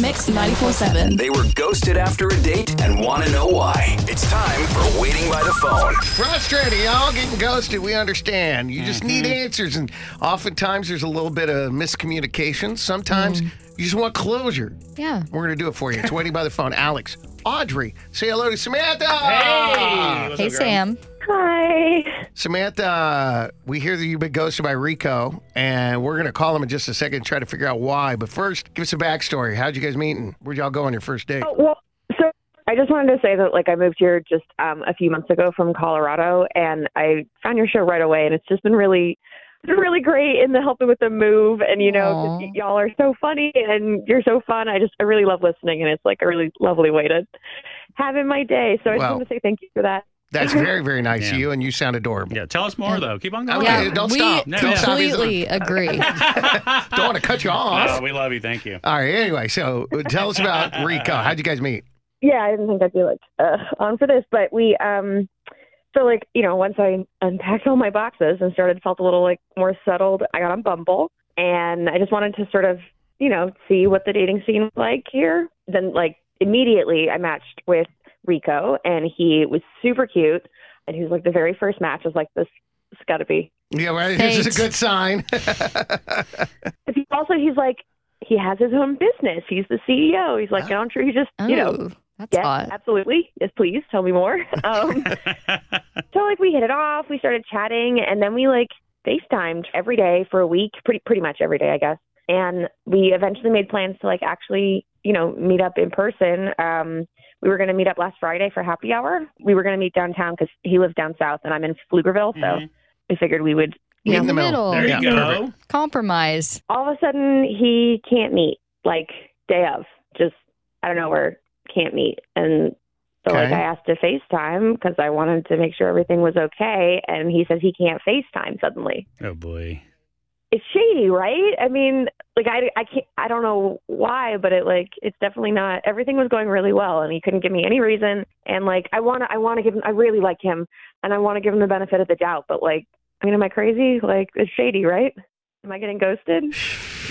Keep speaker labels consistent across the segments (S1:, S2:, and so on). S1: Mix 94.7.
S2: They were ghosted after a date and want to know why. It's time for Waiting by the Phone.
S3: Frustrating, y'all getting ghosted. We understand. You just need
S4: Mm-hmm.
S3: answers, and oftentimes there's a little bit of miscommunication. Sometimes
S4: Mm.
S3: you just want closure.
S5: Yeah.
S3: We're gonna do it for you. It's waiting by the phone. Alex, Audrey, say hello to Samantha.
S5: Hey, Sam.
S6: Hi.
S3: Samantha, we hear that you've been ghosted by Rico, and we're gonna call him in just a second and try to figure out why. But first, give us a backstory. How'd you guys meet? And where'd y'all go on your first
S4: Oh.
S3: date?
S6: Oh, Well, so I just wanted to say that like I moved here just um, a few months ago from Colorado, and I found your show right away, and it's just been really. it's been Really great in the helping with the move, and you know, 'cause
S5: Aw.
S6: y- y'all are so funny and you're so fun. I just, I really love listening, and it's like a really lovely way to have in my day. So I just
S3: Wow.
S6: wanted to say thank you for that.
S3: That's very, very nice
S4: Yeah.
S3: of you, and you sound adorable.
S4: Yeah, tell us more though. Keep on going.
S3: Okay, don't
S5: we
S3: stop.
S4: No,
S3: don't stop.
S5: completely agree.
S3: Don't want to cut you off.
S4: Oh, we love you. Thank you.
S3: All right. Anyway, so tell us about Rico. How'd you guys meet?
S6: yeah, I didn't think I'd be like uh, on for this, but we um so like you know once I unpacked all my boxes and started felt a little like more settled, I got on Bumble and I just wanted to sort of you know see what the dating scene was like here. Then like immediately I matched with Rico and he was super cute and he was like the very first match was like this. It's got to be.
S3: Yeah, right. This is
S5: Thanks.
S3: a good sign.
S6: But he, also he's like he has his own business. He's the CEO. He's like and I'm sure he just
S5: Oh,
S6: you know
S5: that's
S6: Yes,
S5: hot.
S6: absolutely. Yes, please tell me more. Um, so like we hit it off, we started chatting, and then we like FaceTimed every day for a week, pretty pretty much every day, I guess. And we eventually made plans to like actually, you know, meet up in person. Um, we were going to meet up last Friday for happy hour. We were going to meet downtown because he lives down south and I'm in Pflugerville, so
S4: Mhm.
S6: we figured we would. You
S5: Meet
S6: know,
S5: in the middle.
S4: There you
S3: Yeah,
S4: go.
S5: Compromise.
S6: all of a sudden he can't meet like day of just i don't know where can't meet and so like
S3: Okay.
S6: i asked to facetime because i wanted to make sure everything was okay and he says he can't facetime suddenly
S4: Oh boy.
S6: it's shady right i mean like i i can't i don't know why but it like it's definitely not everything was going really well and he couldn't give me any reason and like i want to i want to give him i really like him and i want to give him the benefit of the doubt but like i mean am i crazy like it's shady right am i getting ghosted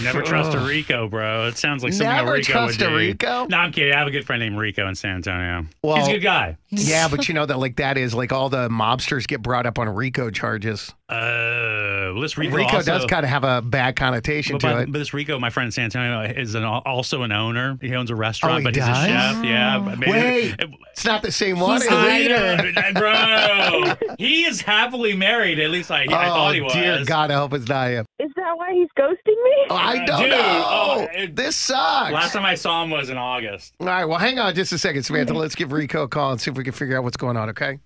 S4: Never trust a Rico, bro. It sounds like something
S3: Never
S4: a Rico
S3: trust
S4: would
S3: a
S4: do.
S3: Rico.
S4: No, I'm kidding. I have a good friend named Rico in San Antonio. He's
S3: Well-
S4: a good guy.
S3: Yeah, but you know that like that is like all the mobsters get brought up on Rico charges.
S4: Uh, well, this Rico,
S3: Rico
S4: also,
S3: does kind of have a bad connotation
S4: but,
S3: to
S4: by-
S3: it.
S4: but this Rico, my friend in San Antonio, is an, also an owner. He owns a restaurant,
S3: Oh, he
S4: but he's
S3: does?
S4: a chef. Yeah. but maybe- Uh,
S3: Wait.
S4: it-
S3: It's not the same one.
S5: He's
S3: is it?
S5: hiding
S4: I know, bro. he is happily married. At least I, I
S3: Oh
S4: thought he was.
S3: dear God, I hope it's not him.
S6: Is that why he's ghosting me?
S3: Oh, I
S4: Uh,
S3: don't
S4: dude,
S3: know.
S4: oh, it-
S3: this sucks.
S4: Last time I saw him was in August.
S3: All right, well, hang on just a second, Samantha. Let's give Rico a call and see if we can figure out what's going on. Okay.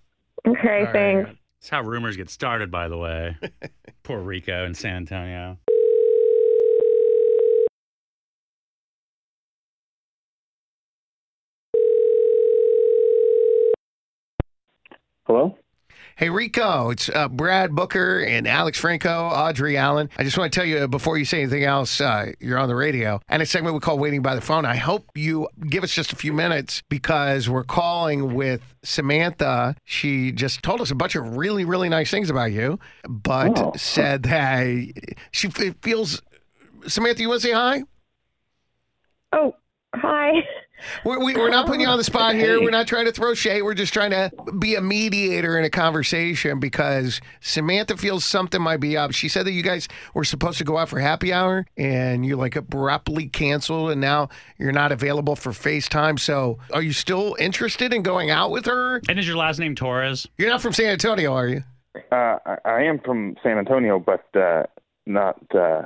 S6: Okay,
S3: All
S6: thanks.
S3: right.
S4: That's how rumors get started, by the way. Poor Rico in San Antonio.
S7: Hello?
S3: Hey, Rico, it's uh, Brad Booker and Alex Franco, Audrey Allen. I just want to tell you uh, before you say anything else, uh, you're on the radio and a segment we call Waiting by the Phone. I hope you give us just a few minutes because we're calling with Samantha. She just told us a bunch of really, really nice things about you, but
S7: Oh.
S3: said that she f- feels. Samantha, you want to say hi?
S6: Oh, hi.
S3: We're, we, we're not putting you on the spot here. We're not trying to throw shade. We're just trying to be a mediator in a conversation because Samantha feels something might be up. She said that you guys were supposed to go out for happy hour and you like abruptly canceled and now you're not available for FaceTime. So are you still interested in going out with her?
S4: And is your last name Torres?
S3: You're not from San Antonio, are you?
S7: Uh, I, I am from San Antonio, but uh, not uh,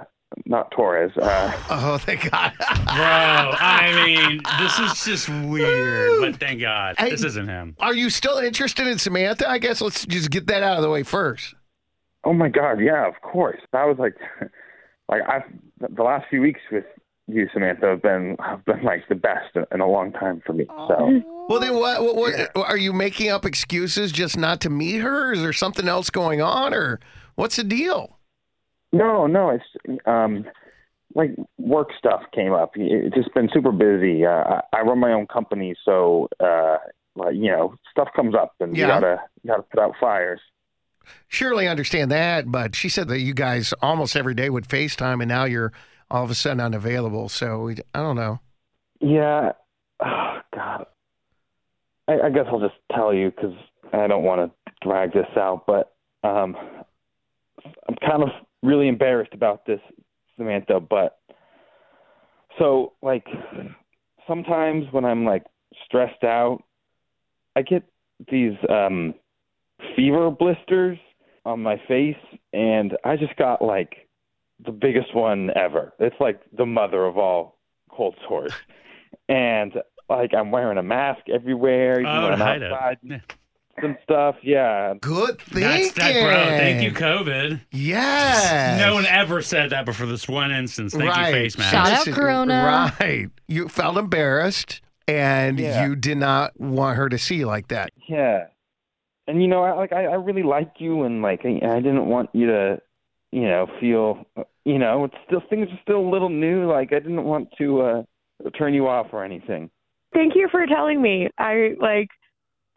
S7: not Torres. Uh,
S3: Oh, thank God.
S4: Bro, I mean, this is just weird, but thank God.
S3: Hey.
S4: This isn't him.
S3: are you still interested in Samantha? I guess let's just get that out of the way first.
S7: oh my God, yeah, of course. That was like, like I the last few weeks with you, Samantha, have been have been like the best in, in a long time for me. So
S3: Well, then what, what, what? Are you making up excuses just not to meet her? Is there something else going on, or what's the deal?
S7: no, no, it's um, like work stuff came up. It- It's just been super busy. Uh, I- I run my own company, so uh, like you know, stuff comes up, and
S3: Yeah.
S7: you gotta you gotta put out fires.
S3: Surely understand that, but she said that you guys almost every day would FaceTime, and now you're all of a sudden unavailable. So we- I don't know.
S7: Yeah. Oh, God. I, I guess I'll just tell you because I don't want to drag this out, but um, I'm kind of really embarrassed about this, Samantha. But so, like, sometimes when I'm like stressed out, I get these um, fever blisters on my face, and I just got like the biggest one ever. It's like the mother of all cold sores. And like I'm wearing a mask everywhere, you
S4: Oh,
S7: know,
S4: to
S7: I'm
S4: hide it.
S7: outside and stuff. Yeah.
S3: Good thinking.
S4: That's that, bro. Thank you, COVID.
S3: Yes.
S4: No one ever said that before this one instance. Thank
S3: Right.
S4: you, face mask.
S5: Shout out
S3: This is-
S5: Corona.
S3: Right. You felt embarrassed, and
S7: Yeah.
S3: you did not want her to see you like that.
S7: Yeah, and you know, I like I, I really like you, and like I, I didn't want you to, you know, feel, you know, it's still things are still a little new. Like I didn't want to uh turn you off or anything.
S6: Thank you for telling me. I like,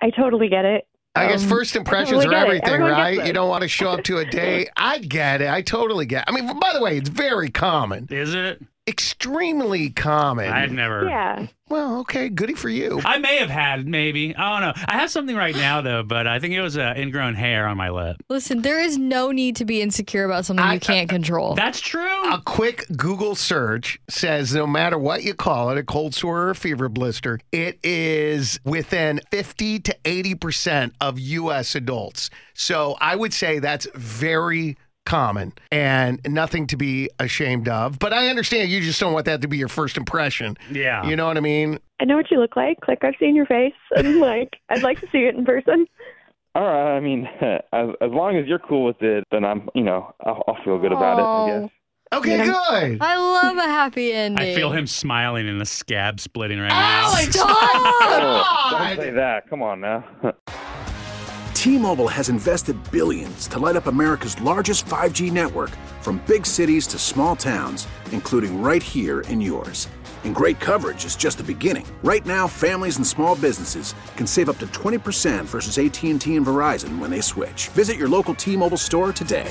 S6: I totally get it.
S3: I guess
S6: Um,
S3: first impressions
S6: totally
S3: are
S6: get it.
S3: everything,
S6: Everyone gets
S3: right?
S6: it.
S3: You don't want to show up to a date. I get it. I totally get. I mean, by the way, it's very common,
S4: Is it?
S3: extremely common.
S4: I've never.
S6: Yeah.
S3: Well, okay, goody for you.
S4: I may have had maybe. I don't know. I have something right now though, but I think it was uh, ingrown hair on my lip.
S5: Listen, there is no need to be insecure about something
S3: I-
S5: you can't control.
S4: That's true.
S3: A quick Google search says no matter what you call it, a cold sore or a fever blister, it is within 50 to 80% of U.S. adults. So I would say that's very common and nothing to be ashamed of. But I understand you just don't want that to be your first impression.
S4: yeah.
S3: You know what I mean?
S6: I know what you look like. Like I've seen your face, and like I'd like to see it in person.
S7: All right, I mean, as as long as you're cool with it, then I'm, you know, I'll, I'll feel good about
S3: Oh.
S7: it. I guess.
S3: Okay, good.
S5: I love a happy ending. Oh
S4: I feel him smiling and the scab splitting right now.
S5: Stop!
S7: Oh, don't say that. Come on now.
S8: T-Mobile has invested billions to light up America's largest 5G network from big cities to small towns, including right here in yours. And great coverage is just the beginning. Right now, families and small businesses can save up to 20% versus AT&T and Verizon when they switch. Visit your local T-Mobile store today.